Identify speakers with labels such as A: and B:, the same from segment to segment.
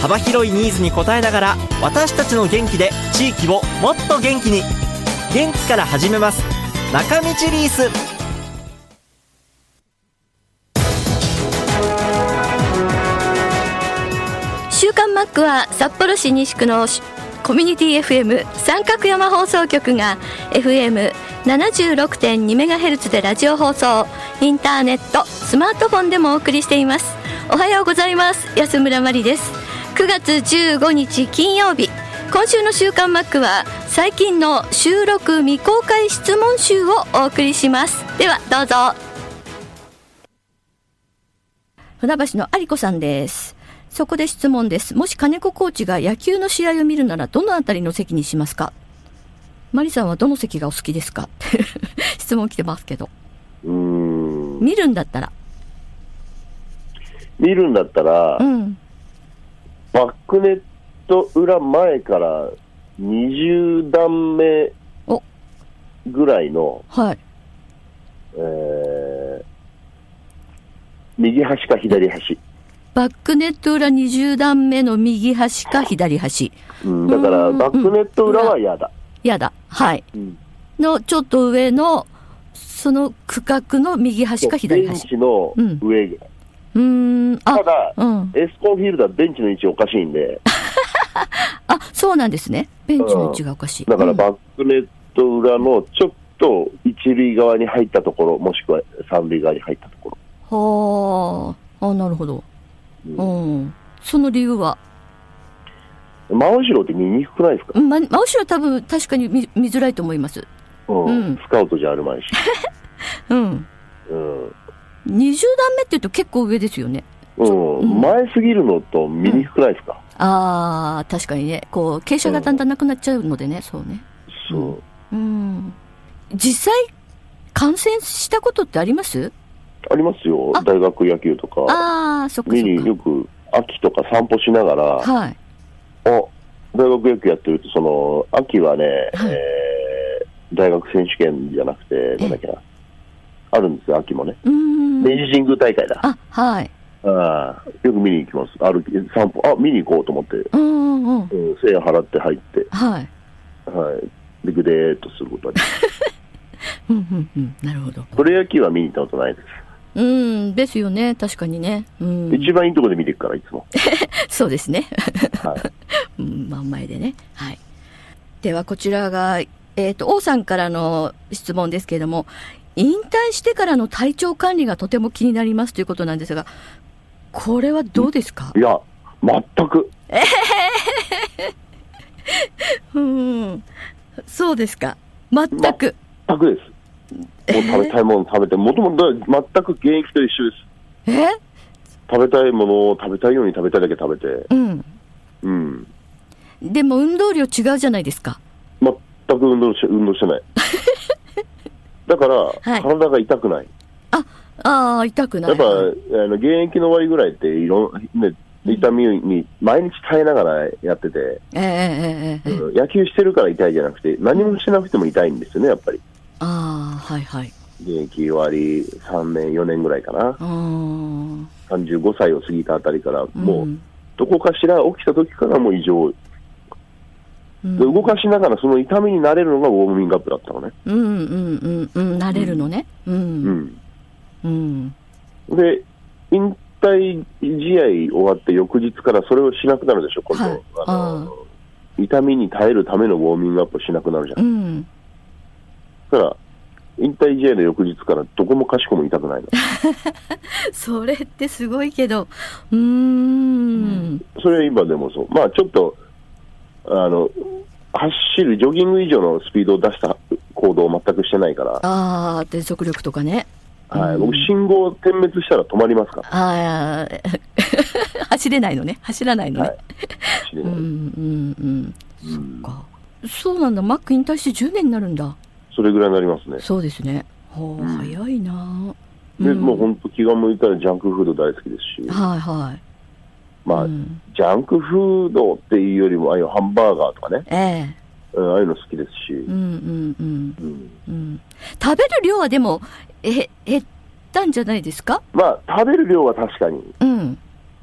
A: 幅広いニーズに応えながら私たちの元気で地域をもっと元気に元気から始めます中道リース
B: 週刊マックは札幌市西区のコミュニティ FM 三角山放送局が FM76.2MHz でラジオ放送インターネットスマートフォンでもお送りしていますおはようございます安村真理です9月15日金曜日今週の週刊マックは最近の収録未公開質問集をお送りしますではどうぞ船橋の有子さんですそこで質問です。もし金子コーチが野球の試合を見るなら、どのあたりの席にしますかマリさんはどの席がお好きですか 質問来てますけど。
C: うーん
B: 見るんだったら。
C: 見るんだったら、
B: うん。
C: バックネット裏前から20段目
B: お
C: ぐらいの、
B: はい。
C: えー右端か左端。
B: バックネット裏20段目の右端か左端。
C: うん、だから、
B: うん
C: バックネット裏は嫌だ。
B: やだ。はい。
C: うん
B: の、ちょっと上の、その区画の右端か左
C: ベン
B: 端。
C: チの上ぐらい。
B: うーん。あ
C: た、だ、
B: うん。
C: エスコンフィールドはベンチの位置おかしいんで、
B: あ、そうなんですね。ベンチの位置がおかしい。
C: だから
B: うん
C: バックネット裏のちょっと一塁側に入ったところ、もしくは三塁側に入ったところ。
B: はあ、あ、なるほど。
C: う
B: う
C: ん
B: ん。その理由は、
C: 真後ろって見にくくないですか
B: うんま、真後ろ多分確かに見見づらいと思います。
C: う
B: うん
C: ん、スカウトじゃあるまいし。
B: うん。
C: うん
B: 20段目って言うと結構上ですよね。
C: うん
B: うん
C: 前すぎるのと見にくくないですか、
B: ああ、確かにね。こう、傾斜がだんだんなくなっちゃうのでね、そうね。
C: そう
B: うん。実際、感染したことってあります
C: ありますよ
B: あ、
C: 大学野球とか、
B: ああ、そっか
C: 見に
B: そ
C: よ
B: っ
C: く秋とか散歩しながら、
B: か。はい。
C: あ大学野球やってると、その秋はね、
B: はい
C: えー大学選手権じゃなくて、なんだっけな、あるんですよ、秋もね、
B: うーん。
C: 明治神宮大会だ、
B: あ、はい。
C: あーよく見に行きます、歩き散歩、あ見に行こうと思って、
B: うんうんうん。
C: うん、1000円払って入って、
B: はい。
C: はい、でぐでーっとすることはできる
B: うんうんうん。なるほど。
C: プロ野球は見に行ったことないです。
B: うん、ですよね。確かにね。うん。
C: 一番いいとこで見ていくから、いつも。
B: そうですね。
C: は
B: う
C: い、
B: ん真ん前でね。はい。では、こちらが、えっ、と、王さんからの質問ですけれども、引退してからの体調管理がとても気になりますということなんですが、これはどうですか
C: いや、全く、
B: うん。そうですか。全く。
C: 全くです。もう食べたいもの食べて、もともと全く現役と一緒です。
B: え
C: 食べたいものを食べたいように食べたいだけ食べて、
B: うん。
C: うん、
B: でも運動量違うじゃないですか。
C: 全く運動し運動してない。だから、
B: い
C: 体が痛くない。
B: あ、ああ、痛くない。
C: やっぱ、あの現役の終わりぐらいって、いろん、ね、痛みに毎日耐えながらやってて、
B: ええええええええ
C: うん野球してるから痛いじゃなくて、何もしなくても痛いんですよね、やっぱり。
B: ああ、はいはい。
C: 現役終わり3年、4年ぐらいかな。
B: あー
C: 35歳を過ぎたあたりから、
B: う
C: もうんどこかしら起きた時からもう異常、
B: うん
C: で動かしながらその痛みになれるのがウォーミングアップだったのね。
B: うんうんうんうん、慣れるのね。うん。う
C: う
B: ん。
C: ん、で、引退試合終わって翌日からそれをしなくなるでしょ、今
B: はい
C: 度。あの痛みに耐えるためのウォーミングアップをしなくなるじゃ。
B: うんん。
C: だから、引退試合の翌日からどこもかしこも痛くないの。
B: それってすごいけど、うーん。
C: それは今でもそう。まあちょっと、あの、走る、ジョギング以上のスピードを出した行動を全くしてないから、
B: ああ、転速力とかね。
C: はい、
B: うん
C: 僕、信号点滅したら止まりますから、
B: あ あ、走れないのね。走らないのね。
C: はい、走れ
B: う
C: なんい
B: うんうん。
C: うん
B: かそうなんだ。マック引退して10年になるんだ。
C: それぐらいになりますね。
B: そうですね。はあ、早いな。
C: で、
B: ん
C: もう本当気が向いたらジャンクフード大好きですし、
B: はいはい。
C: まあ、
B: うん
C: ジャンクフードっていうよりも、ああいうハンバーガーとかね、
B: ええ
C: うんああいうの好きですし、
B: うんうん
C: うん
B: うんうん。食べる量はでも、え、減ったんじゃないですか
C: まあ、食べる量は確かに、
B: うん。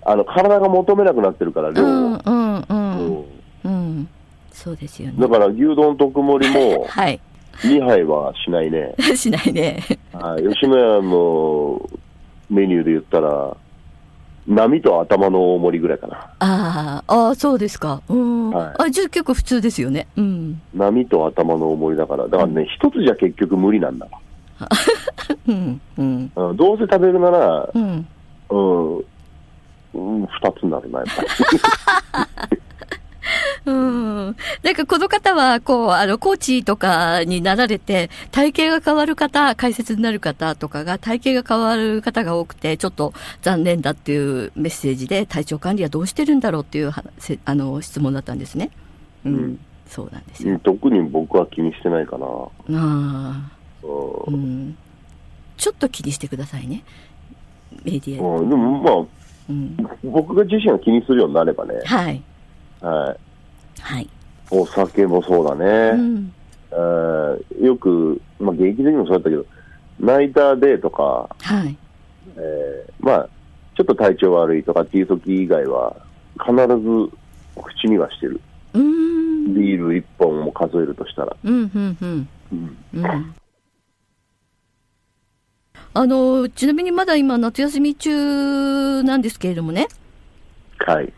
C: あの体が求めなくなってるから、
B: う
C: 量
B: ん
C: を。
B: うんうん。
C: うん
B: うん。そうですよね
C: だ。から牛丼特盛 りも
B: はい。
C: 2杯はしないね。
B: しない ね。
C: はい吉野家のメニューで言ったら、波と頭の大盛りぐらいかな。
B: ああ、ああ、そうですか。うん。
C: はい
B: あ、じゃあ結構普通ですよね。うん。
C: 波と頭の大盛りだから。だからね、一つじゃ結局無理なんだ。
B: うん。うん。
C: うんどうせ食べるなら、
B: うん。
C: うん、うん、二つになるな、やっぱり。
B: うん。なんかこの方は、こう、あの、コーチとかになられて、体型が変わる方、解説になる方とかが、体型が変わる方が多くて、ちょっと残念だっていうメッセージで、体調管理はどうしてるんだろうっていうは、せあの、質問だったんですね。うん。
C: うん
B: そうなんです
C: う
B: よ。
C: ん特に僕は気にしてないかな。
B: ああ。
C: う
B: うん。ちょっと気にしてくださいね。メディア。
C: ん、うんでも
B: うん。
C: まあ、僕が自身が気にするようになればね、
B: はい。
C: はい。
B: はい。
C: お酒もそうだね。
B: うん。
C: えーよく、まあ、現役の時もそうだったけど、ナイターデーとか、
B: はい。
C: えーまあ、ちょっと体調悪いとかっていう時以外は、必ず口にはしてる。
B: うーん。
C: ビール1本も数えるとしたら。
B: うん、うん、うん。
C: うん
B: うんあのちなみにまだ今、夏休み中なんですけれどもね、
C: はい。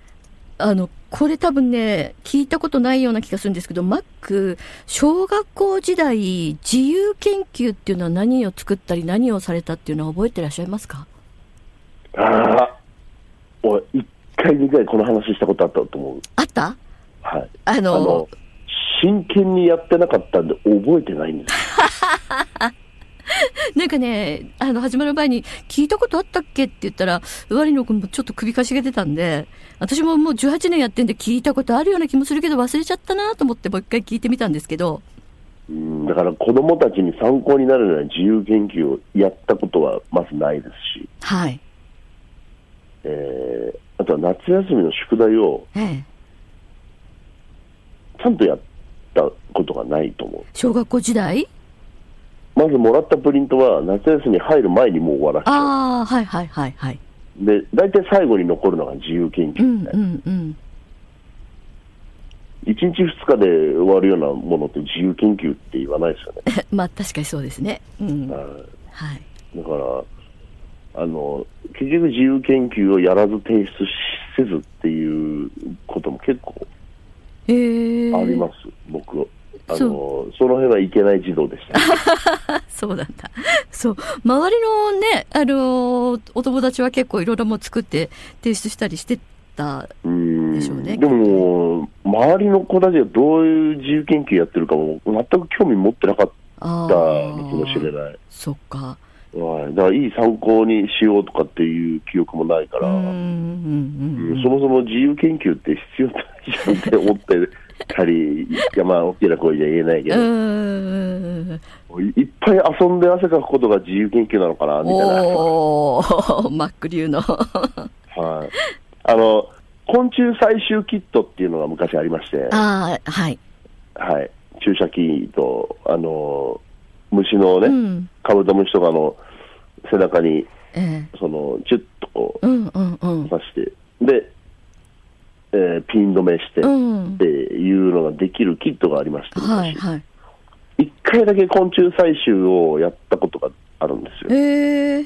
B: あのこれ、多分ね、聞いたことないような気がするんですけど、マック、小学校時代、自由研究っていうのは何を作ったり、何をされたっていうのは覚えてらっしゃいますか
C: ああ、俺、1回2回この話したことあったと思う。
B: あった
C: はい。
B: あ
C: あ
B: の
C: の、真剣にやってなかったんで覚えてないんですよ。
B: なんかね、あの始まる前に、聞いたことあったっけって言ったら、ワリの君もちょっと首かしげてたんで、私ももう18年やってんで、聞いたことあるような気もするけど、忘れちゃったなと思って、もう一回聞いてみたんですけど、
C: うん、だから子供たちに参考になるような自由研究をやったことはまずないですし、
B: はい。
C: えー、あとは夏休みの宿題を
B: ええ。
C: ちゃんとやったことがないと思
B: 小学校時代
C: う。まずもらったプリントは夏休みに入る前にもう終わらせ
B: ああ、はいはいはいはい。
C: て、で、大体最後に残るのが自由研
B: う
C: 究み
B: ん
C: たいうな。
B: んうん。
C: 1日2日で終わるようなものって自由研究って言わないですよね。
B: まあ確かにそうですね。うん。
C: う
B: は
C: ん
B: い。
C: だから、あの、結局自由研究をやらず提出しせずっていうことも結構
B: え
C: あり
B: ー、
C: ます、僕は。あの、
B: そ
C: その辺はいけない児童でした。
B: そうなんだ。 そう。周りのね、あのーお友達は結構いろいろもう作って提出したりしてた。
C: うーん
B: でしょうね
C: でも、周りの子たちがどういう自由研究やってるかも全く興味持ってなかった
B: あ
C: のかもしれ
B: い。
C: ない。
B: そっか。
C: はい、だからいい参考にしようとかっていう記憶もないか
B: う
C: ら、
B: んう
C: うん
B: んうんうん。
C: そもそも自由研究って必要ないじゃんって思ってたり、いやまあ大きな声じゃ言えないけ
B: う
C: ど、
B: ーん。
C: いいっぱい遊んで汗かくことが自由研究なのかな、みたいな。
B: おー、 マック流の。
C: はい。あの、昆虫採集キットっていうのが昔ありまして、
B: ああ、はい。
C: はい。注射器と、あの、虫のね、
B: うん。
C: カブトムシとかの背中に、
B: え
C: その、チュッとこ
B: えうんうんうん
C: う、。刺して、で、えーピン止めして、
B: うん
C: っていうのができるキットがありまして、
B: はい
C: 昔
B: はい。
C: 一回だけ昆虫採集をやったことがあるんですよ。
B: ええ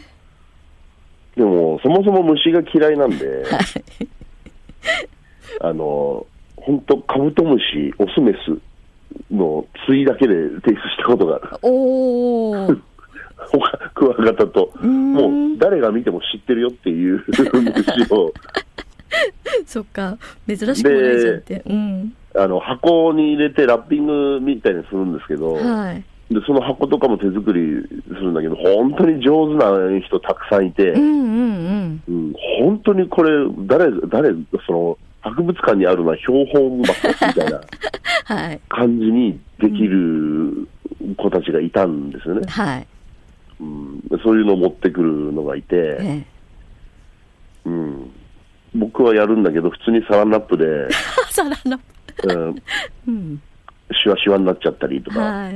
C: でも、そもそも虫が嫌いなんで、 あの、本当カブトムシ、オスメスの対だけで提出したことがあ る。
B: おお。
C: 他クワガタと、
B: ん
C: もう誰が見ても知ってるよっていう虫を、
B: そっか。珍しくもないじゃんって。うん。
C: あの、箱に入れてラッピングみたいにするんですけど、
B: はい。
C: でその箱とかも手作りするんだけど、本当に上手な人たくさんいて、
B: うんうんうん。
C: うん、本当にこれ、誰、誰、その、博物館にあるのは標本箱みたいな
B: はい。
C: 感じにできる子たちがいたんですよね。
B: はい。
C: うん、そういうのを持ってくるのがい
B: え
C: て、
B: え
C: うん、僕はやるんだけど、普通にサランラップで、
B: 朝なの。
C: うん、
B: うん。
C: シュワシュワになっちゃったりとか。
B: はい。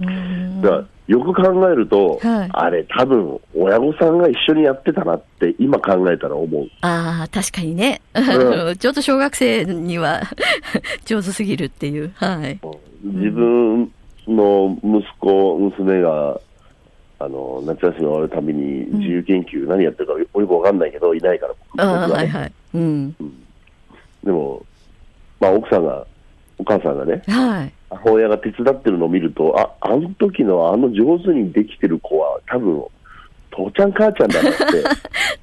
B: うん
C: だからよく考えると、
B: はい
C: あれ、多分親御さんが一緒にやってたなって、今考えたら思う。
B: ああ、確かにね。
C: う
B: ちょっと小学生には 上手すぎるっていう。はい。
C: 自分の息子、娘が、あの夏休み終わるたびに自由研究、何やってるかよくわかんないけど、いないから、僕
B: ああ、
C: 僕は
B: はい
C: ね
B: はい。うん。
C: でも、まあ、奥さんが、お母さんがね、
B: はい。
C: 母親が手伝ってるのを見ると、ああの時のあの上手にできてる子は、多分父ちゃん、母ちゃんだ なって、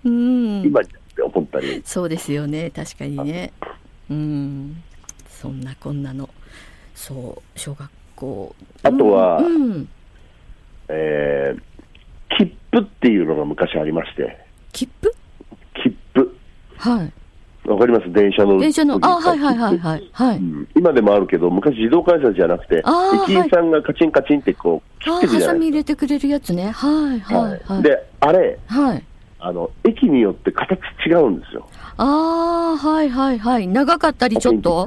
B: うん。
C: 今になって思ったり、
B: そうですよね。確かにね。うん。そんなこんなの。そう、小学校。
C: あとは
B: うんうん。
C: えー切符っていうのが昔ありまして、
B: 切符
C: 切符、
B: はい。
C: わかります電車の。
B: 電車の、あ、はいはいはいはい。は
C: う
B: い。
C: ん今でもあるけど、昔自動改札じゃなくて
B: あー、
C: 駅員さんがカチンカチンってこう、切
B: あ
C: っ
B: あ
C: てく
B: ー、
C: じ
B: ハ
C: ゃ
B: サ
C: な
B: ミ
C: い
B: 入れてくれるやつね。はいはい
C: は。
B: はいい。
C: で、あれ、
B: はい。
C: あの、駅によって形違うんですよ。
B: ああ、はいはいはい。長かったり、ちょっと。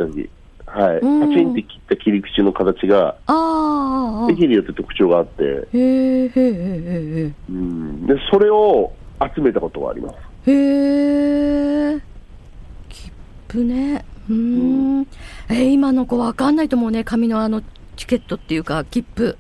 C: カチンて切った時はい。
B: うん
C: カチンって切った切り口の形が、
B: あーあー、あー
C: 駅によって特徴があって、
B: へえ、へえ、へえ、
C: うんで、それを集めたことはあります。
B: へえ。へえ。切符ね。うーん。えー今の子わかんないと思うね。紙のあのチケットっていうか、切符。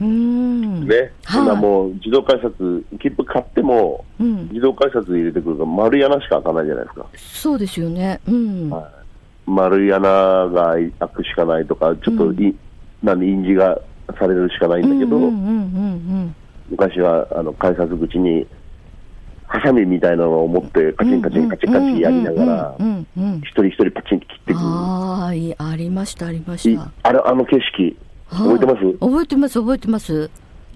B: うーん。
C: ね。
B: はい
C: 今もう自動改札、切符買っても、
B: うん。
C: 自動改札に入れてくると丸い穴しか開かないじゃないですか。
B: そうですよね。うん。
C: はい丸い穴が開くしかないとか、ちょっとい、なんで印字がされるしかないんだけど、
B: うんうんうんうん
C: 昔はあの改札口に、ハサミみたいなのを持って、カ
B: う
C: チ
B: ん。
C: ンカチンカチンカチンやりながら
B: う、んうんうんうんうん
C: 一人一人パチンって切っていく
B: ああ、いいありました、ありまし
C: い
B: た。
C: あれ、あの景色、覚えてます
B: はい覚えてます、覚えてます。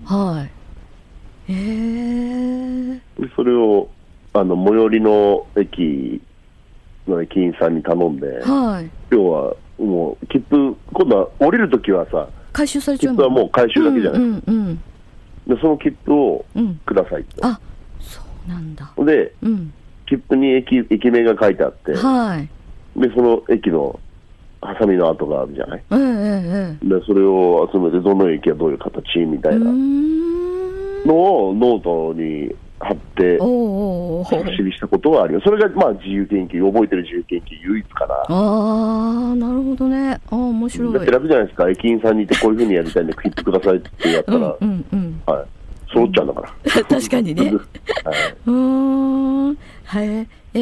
B: はい。ええ
C: それを、あの、最寄りの駅の駅員さんに頼んで、
B: はい。
C: 今日はもう、切符、今度は降りるときはさ、
B: 回収されち
C: 切
B: ゃう
C: 符はもう回収だけじゃない、
B: うんうん
C: でその切符を
B: うん。うん。
C: くださいと。
B: あ、そうなんだ。
C: で、
B: うん。
C: 切符に駅駅名が書いてあって、
B: はい。
C: で、その駅のハサミの跡があるじゃない。
B: えええええ
C: で、それを集めて、どの駅はどういう形みた
B: え。う
C: い
B: ー。
C: なんのをノートに貼って、
B: おーおーおー。
C: 記したことはあります。それが、まあ、自由研究、覚えてる自由研究唯一かな。
B: ああ、なるほどね。ああ、面白
C: だって
B: い。
C: 楽じゃないですか。駅員さんにいて、こういうふうにやりたいんで、切ってくださいってやった
B: う
C: ら、
B: んうんうん。
C: はい。揃っちゃうんだから。
B: 確かにね。
C: はい。
B: うーん、はい、え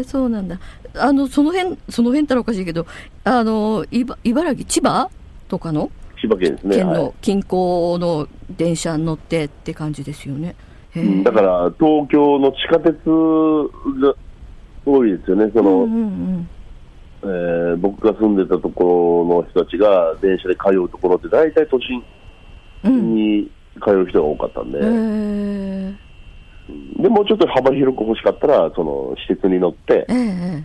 B: ー、そうなんだ。あの、その辺、その辺ったらおかしいけど、あの、いば茨城、千葉とかの
C: 千葉県ですね。
B: 県
C: はい
B: の近郊の電車に乗ってって感じですよね。へ
C: うん
B: ー
C: だから、東京の地下鉄が多いですよね。その、
B: うんうん
C: えー僕が住んでたところの人たちが電車で通うところって大体都心
B: うん。
C: に通う人が多かったんで、
B: うん。えー、
C: でもうちょっと幅広く欲しかったらその私鉄に乗って
B: え、ー、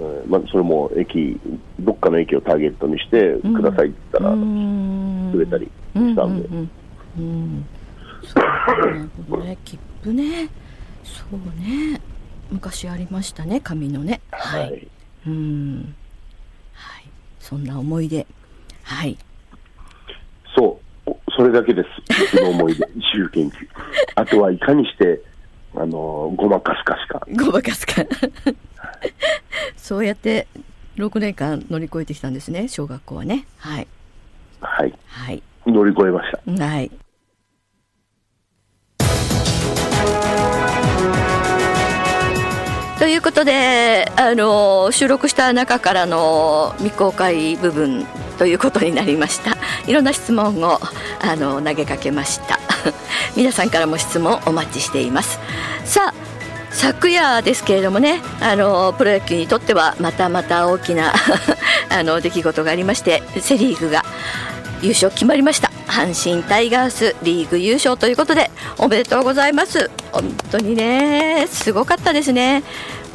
C: えーまあ、それも駅どっかの駅をターゲットにして
B: ん
C: くださいって言ったら
B: ん
C: くれたりしたんで、
B: うんうんうんうんそうなるほどね切符ねそうね昔ありましたね紙のね
C: は
B: はい
C: い、
B: うんはいそんな思い出はい
C: そうおそれだけです僕の思い出 自由研究あとはいかにしてあのーごまかすかしか
B: ごまかすかそうやって6年間乗り越えてきたんですね小学校はねはい
C: はい
B: はい
C: 乗り越えました
B: はいということで、あの収録した中からの未公開部分ということになりましたいろんな質問を、あの投げかけました 皆さんからも質問お待ちしていますさあ昨夜ですけれどもねあのプロ野球にとってはまたまた大きな あの出来事がありましてセ・リーグが優勝決まりました阪神タイガースリーグ優勝ということでおめでとうございます本当にねすごかったですね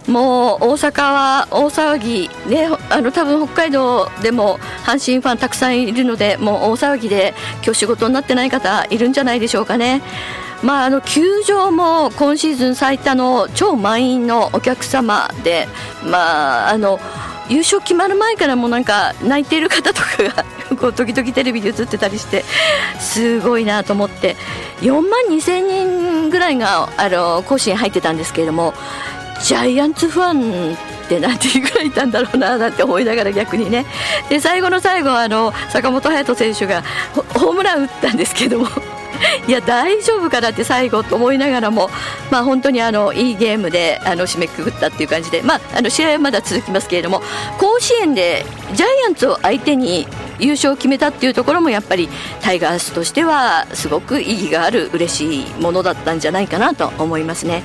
B: もう大阪は大騒ぎ、ね、あの多分北海道でも阪神ファンたくさんいるのでもう大騒ぎで今日仕事になってない方いるんじゃないでしょうかね。まあ、あの球場も今シーズン最多の超満員のお客様で、まあ、あの優勝決まる前からもなんか泣いている方とかが こう時々テレビで映ってたりしてすごいなと思って4万2000人ぐらいがあの甲子園入ってたんですけれどもジャイアンツファンって何ていうぐらいいたんだろうな なんて思いながら逆にねで最後の最後あの坂本勇人選手がホホームラン打ったんですけどもいや大丈夫かなって最後と思いながらも、まあ、本当にあのいいゲームであの締めくくったっていう感じで、まあ、あの試合はまだ続きますけれども甲子園でジャイアンツを相手に優勝を決めたっていうところもやっぱりタイガースとしてはすごく意義がある嬉しいものだったんじゃないかなと思いますね。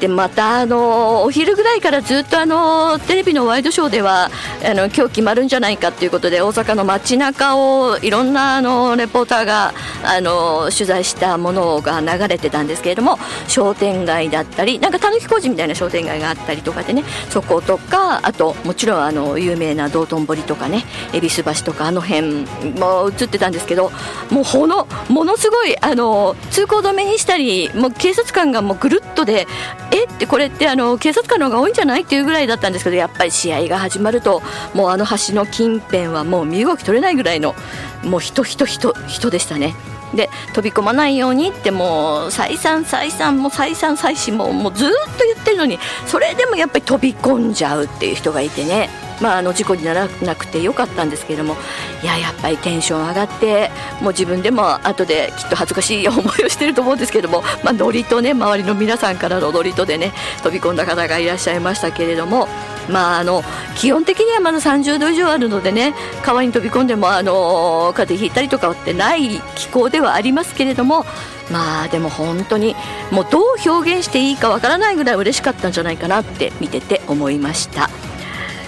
B: でまたあのお昼ぐらいからずっとあのテレビのワイドショーではあの今日決まるんじゃないかということで大阪の街中をいろんなあのレポーターがあの取材したものが流れてたんですけれども商店街だったりなんかたぬき工事みたいな商店街があったりとかでねそことかあともちろんあの有名な道頓堀とかね恵比寿橋とかあの辺も映ってたんですけどもうほのものすごいあの通行止めにしたりもう警察官がもうぐるっとでえってこれってあの警察官の方が多いんじゃないっていうぐらいだったんですけどやっぱり試合が始まるともうあの橋の近辺はもう身動き取れないぐらいのもう人人人人でしたね。で飛び込まないようにってもう再三再三もう再三再四ももうずーっと言ってるのにそれでもやっぱり飛び込んじゃうっていう人がいてね、まあ、あの事故にならなくてよかったんですけれどもいややっぱりテンション上がってもう自分でも後できっと恥ずかしい思いをしてると思うんですけども、まあ、ノリとね周りの皆さんからのノリとでね飛び込んだ方がいらっしゃいましたけれども。まあ、あの気温的にはまだ30度以上あるのでね川に飛び込んでもあの風邪ひいたりとかってない気候ではありますけれどもまあでも本当にもうどう表現していいかわからないぐらい嬉しかったんじゃないかなって見てて思いました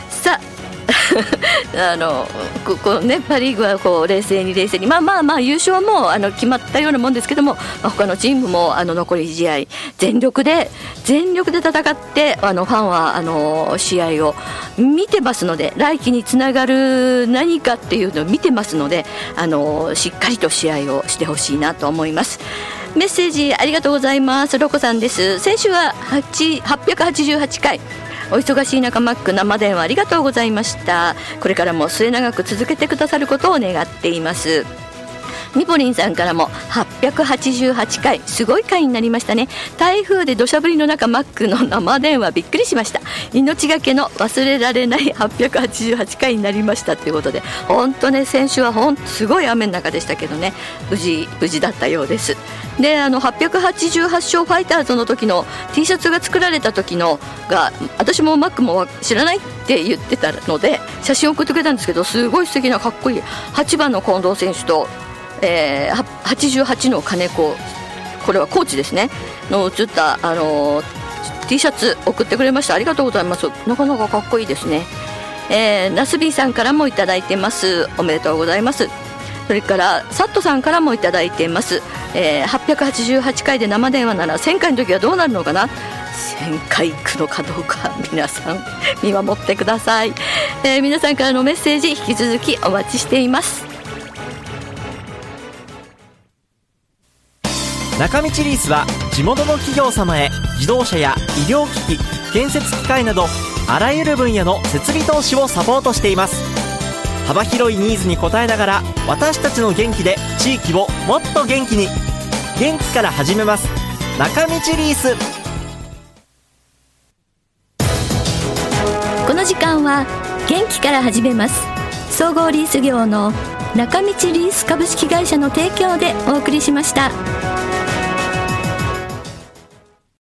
B: さあ あのここねパ・リーグはこう冷静に冷静にまあまあまあ優勝はもうあの決まったようなもんですけども、まあ、他のチームもあの残り試合全力で全力で戦ってあのファンはあの試合を見てますので来季につながる何かっていうのを見てますのであのしっかりと試合をしてほしいなと思います。メッセージありがとうございます。ロコさんです。先週は8 888回。お忙しい中マック生電話ありがとうございました。これからも末永く続けてくださることを願っています。ミポリンさんからも888回すごい回になりましたね台風で土砂降りの中マックの生電話びっくりしました命がけの忘れられない888回になりましたということで本当ね先週はほんすごい雨の中でしたけどね無事無事だったようですであの888勝ファイターズの時の T シャツが作られた時のが私もマックも知らないって言ってたので写真を送ってくれたんですけどすごい素敵なかっこいい8番の近藤選手とえーは88の金子これはコーチですねの写った、あのー T シャツ送ってくれましたありがとうございますなかなかかっこいいですね、えー、ナスビーさんからもいただいてますおめでとうございますそれからサットさんからもいただいています、えー、888回で生電話なら1000回の時はどうなるのかな1000回行くのかどうか皆さん見守ってください、えー皆さんからのメッセージ引き続きお待ちしています
A: 中道リースは地元の企業様へ自動車や医療機器建設機械などあらゆる分野の設備投資をサポートしています幅広いニーズに応えながら私たちの元気で地域をもっと元気に元気から始めます中道リース
B: この時間は元気から始めます総合リース業の中道リース株式会社の提供でお送りしました。